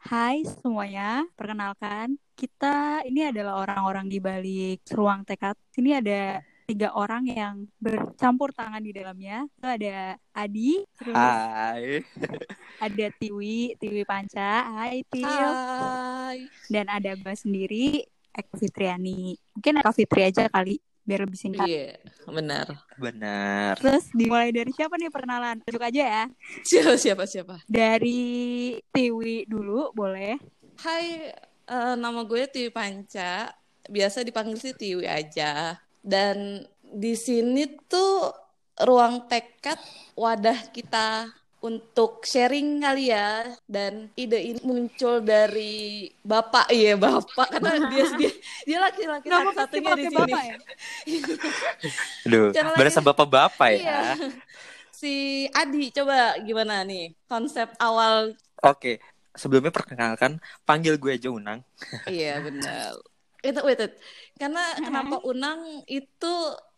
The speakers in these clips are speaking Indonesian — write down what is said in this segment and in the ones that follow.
Hai semuanya, perkenalkan kita ini adalah orang-orang di balik ruang tekad. Sini ada tiga orang yang bercampur tangan di dalamnya. Itu ada Adi, terus Hai. ada Tiwi, Tiwi Panca, Hai Iya. Til, Hai. dan ada gue sendiri, Eka Fitriani. Mungkin Eka Fitri aja kali, biar lebih singkat. Iya, benar. Benar. Terus dimulai dari siapa nih perkenalan? Tunjuk aja ya. Siapa siapa siapa? Dari Tiwi dulu, boleh. Hai, eh, nama gue Tiwi Panca. Biasa dipanggil sih Tiwi aja. Dan di sini tuh ruang tekad wadah kita untuk sharing kali ya dan ide ini muncul dari bapak iya bapak karena dia dia dia laki-laki satu-satunya di sini ya? Aduh, Cara berasa lagi- bapak-bapak ya. Iya. si Adi coba gimana nih konsep awal Oke, sebelumnya perkenalkan, panggil gue aja Unang. Iya benar. Itu wait, wait. Karena kenapa Unang itu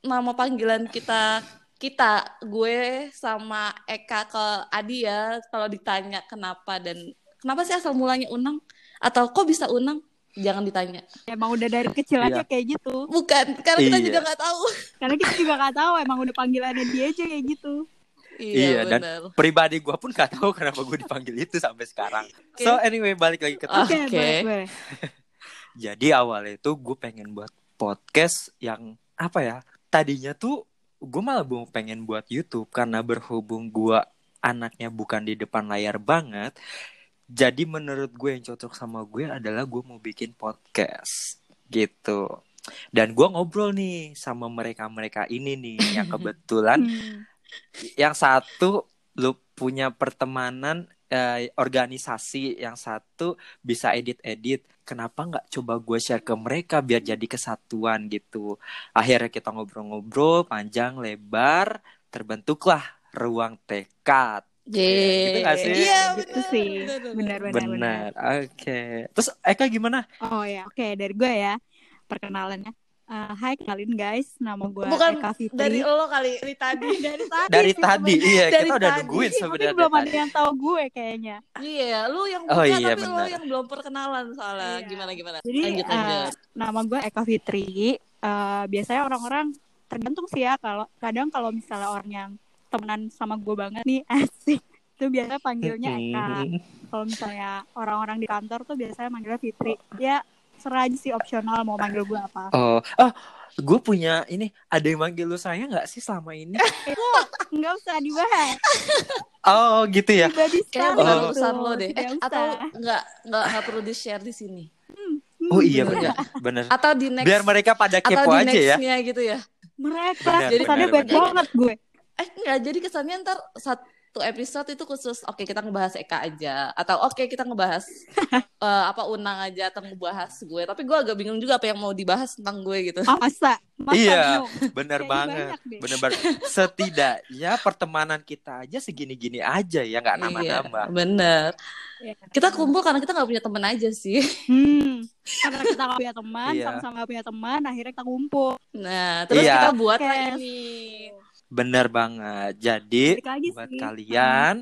nama panggilan kita kita gue sama Eka ke Adi ya kalau ditanya kenapa dan kenapa sih asal mulanya Unang atau kok bisa Unang jangan ditanya Emang udah dari kecil aja Iya. kayak gitu. bukan karena kita Iya. juga nggak tahu Karena kita juga gak tahu emang udah panggilannya dia aja kayak gitu. Iya, dan- benar Pribadi gue pun gak tahu kenapa gue dipanggil itu sampai sekarang. So anyway, balik lagi ke Ah. Oke, Oke. boleh, boleh. Jadi awalnya itu gue pengen buat podcast yang apa ya? Tadinya tuh gue malah belum pengen buat YouTube karena berhubung gue anaknya bukan di depan layar banget. Jadi menurut gue yang cocok sama gue adalah gue mau bikin podcast gitu. Dan gue ngobrol nih sama mereka-mereka ini nih yang kebetulan Hmm. yang satu lu punya pertemanan eh, organisasi yang satu bisa edit-edit kenapa nggak coba gue share ke mereka biar jadi kesatuan gitu akhirnya kita ngobrol-ngobrol panjang lebar terbentuklah ruang tekad Gitu nggak sih? Iya Gitu sih. benar. Benar, benar, benar. benar oke terus Eka gimana Oh ya, oke dari gue ya perkenalannya. Eh, hai kenalin guys, nama gue Bukan Eka Fitri. Dari lo kali dari tadi. dari tadi. dari sih tadi iya Dari kita udah tadi. sebenarnya. nungguin Tapi sebenarnya belum ada tadi. yang tahu gue kayaknya. Iya, lu yang buka Oh iya, tapi benar. lu yang belum perkenalan soalnya Iya. gimana gimana. Jadi lanjut eh, lanjut. nama gue Eka Fitri. Eh, biasanya orang-orang tergantung sih ya kalau kadang kalau misalnya orang yang temenan sama gue banget nih asik itu biasanya panggilnya Mm-hmm. Eka. Kalau misalnya orang-orang di kantor tuh biasanya manggilnya Fitri. Ya serah aja sih opsional mau manggil gue apa. oh oh gue punya ini ada yang manggil lu saya nggak sih selama ini Nggak usah dibahas. oh gitu ya Pribadi Kayaknya sekali bukan itu. urusan lo deh. Eh, Tidak usah. atau nggak nggak nggak perlu di share di sini. Hmm, Oh iya Bener benar, benar. Atau di next Biar mereka pada atau kepo di aja ya. nextnya gitu ya. mereka Benar, jadi tadi benar, baik benar. banget gue. Eh nggak jadi kesannya ntar satu episode itu khusus oke kita ngebahas Eka aja atau oke kita ngebahas eh, apa Unang aja atau ngebahas gue. Tapi gue agak bingung juga apa yang mau dibahas tentang gue gitu. Ah, masa? Masa Iya, dong? Benar Kayaknya banget. banyak deh. Benar banget. Setidaknya pertemanan kita aja segini-gini aja ya nggak Iya, nambah-nambah. bener. Iya. Kita kumpul karena kita nggak punya temen aja sih. Hmm. Karena kita gak punya teman, Iya. sama-sama gak punya teman, akhirnya kita kumpul. Nah, terus Iya. kita buat Podcast. ini. Benar banget. Jadi Balik lagi Iya, buat sih. Hmm, kalian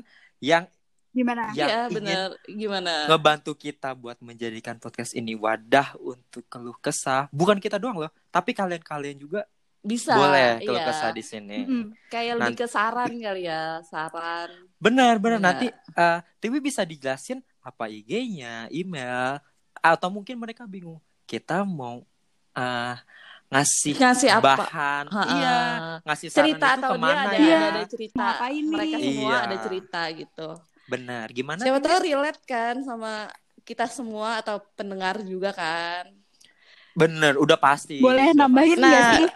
yang Gimana? yang Iya ingin benar. Gimana? ngebantu kita buat menjadikan podcast ini wadah untuk keluh kesah, bukan kita doang loh, tapi kalian-kalian juga Bisa. boleh iya. keluh kesah di sini. Mm-mm. Kayak lebih ke saran kali ya, saran. Benar, benar. Iya. Nanti eh, Tiwi bisa dijelasin apa IG-nya, email, atau mungkin mereka bingung. Kita mau eh, ngasih Ngasih apa? bahan, Ha-ha. iya, ngasih saran Cerita itu atau dia kemana ada, ya? Iya. ada cerita. Ngapain nih? Mereka semua Iya. ada cerita gitu. Benar. Gimana? Siapa tahu relate kan sama kita semua atau pendengar juga kan. Benar, udah pasti. Boleh Udah nambahin Nah. ya sih?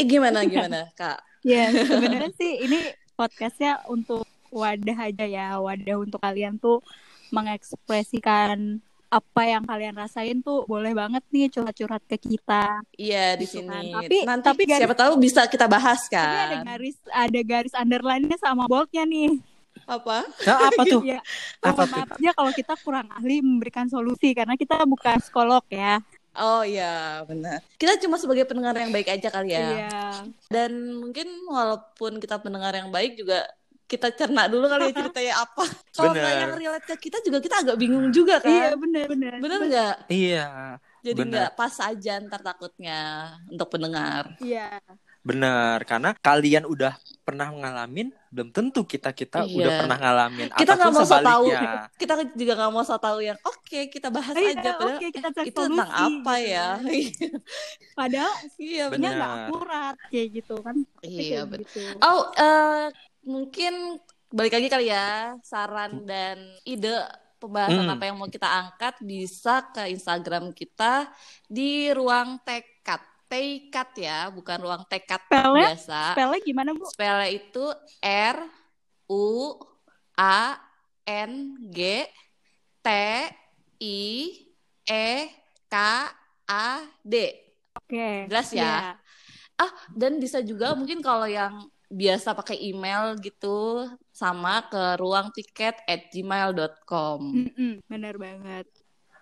Eh gimana gimana kak? Ya, sebenarnya sih ini podcastnya untuk wadah aja ya, wadah untuk kalian tuh mengekspresikan apa yang kalian rasain tuh boleh banget nih curhat-curhat ke kita. Iya di Gitu kan. sini. Tapi- Nanti tapi garis- siapa tahu bisa kita bahas Tapi ada kan. garis ada garis underline-nya sama boldnya nih. Apa? pasti. Nah, apa tuh? Ya, Apa mohon maaf ya kalau kita kurang ahli memberikan solusi karena kita bukan psikolog ya. Oh iya benar. Kita cuma sebagai pendengar yang baik aja kali ya. Iya. Dan mungkin walaupun kita pendengar yang baik juga kita cerna dulu kali ya ceritanya apa. Kalau nggak Bener. yang relate ke kita juga kita agak bingung juga Iya kan. benar benar. Bener nggak? Iya, Jadi Bener. nggak pas aja ntar takutnya untuk pendengar. Iya. benar. Karena kalian udah pernah ngalamin, belum tentu kita kita Iya. udah pernah ngalamin. Ataupun Kita nggak mau so tahu. sebaliknya. Kita juga nggak mau so tahu yang oke kita bahas Iya, aja. Padahal Oke kita cari itu tentang solusi, apa gitu. ya? Padahal iya sebenarnya Benar. nggak akurat kayak gitu kan. Iya Kayak betul. gitu. Oh, eh, mungkin balik lagi kali ya saran dan ide pembahasan Hmm. apa yang mau kita angkat bisa ke Instagram kita di ruang tekad. Tekad ya, bukan ruang tekad Spellnya? biasa. Spellnya gimana bu? Spellnya itu R U A N G T I E K A D. Oke. Jelas ya? Iya. Dan bisa juga mungkin kalau yang biasa pakai email gitu sama ke ruang tiket at gmail.com. Mm-mm, Benar banget.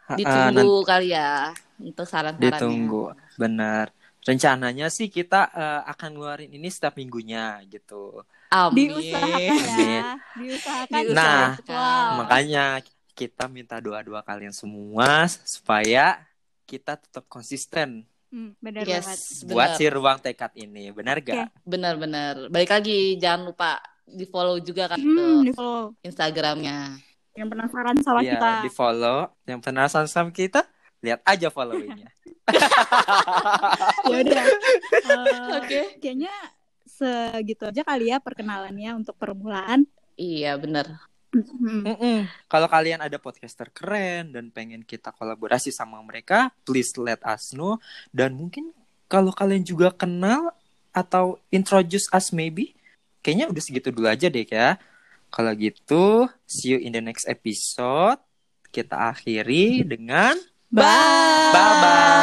Ah, Ditunggu kali ya untuk saran-sarannya. ditunggu benar rencananya sih kita eh, akan ngeluarin ini setiap minggunya gitu Amin. Diusahakan ya. Diusahakan. Diusahakan. iya. Nah, Wow. makanya kita minta doa doa kalian semua supaya kita tetap konsisten Mm, Benar Yes, banget. buat benar. si ruang tekad ini benar gak Benar-benar. Balik lagi jangan lupa di-follow juga kan Hmm, di ke follow. Instagramnya. Yang penasaran sama Iya, kita. di follow yang penasaran sama kita lihat aja followingnya Ya udah. Eh, Oke. Kayaknya segitu aja kali ya perkenalannya untuk permulaan. Iya, benar. Mm-mm. Mm-mm. kalau kalian ada podcaster keren dan pengen kita kolaborasi sama mereka please let us know dan mungkin kalau kalian juga kenal atau introduce us maybe kayaknya udah segitu dulu aja deh ya kalau gitu see you in the next episode kita akhiri dengan Bye. bye bye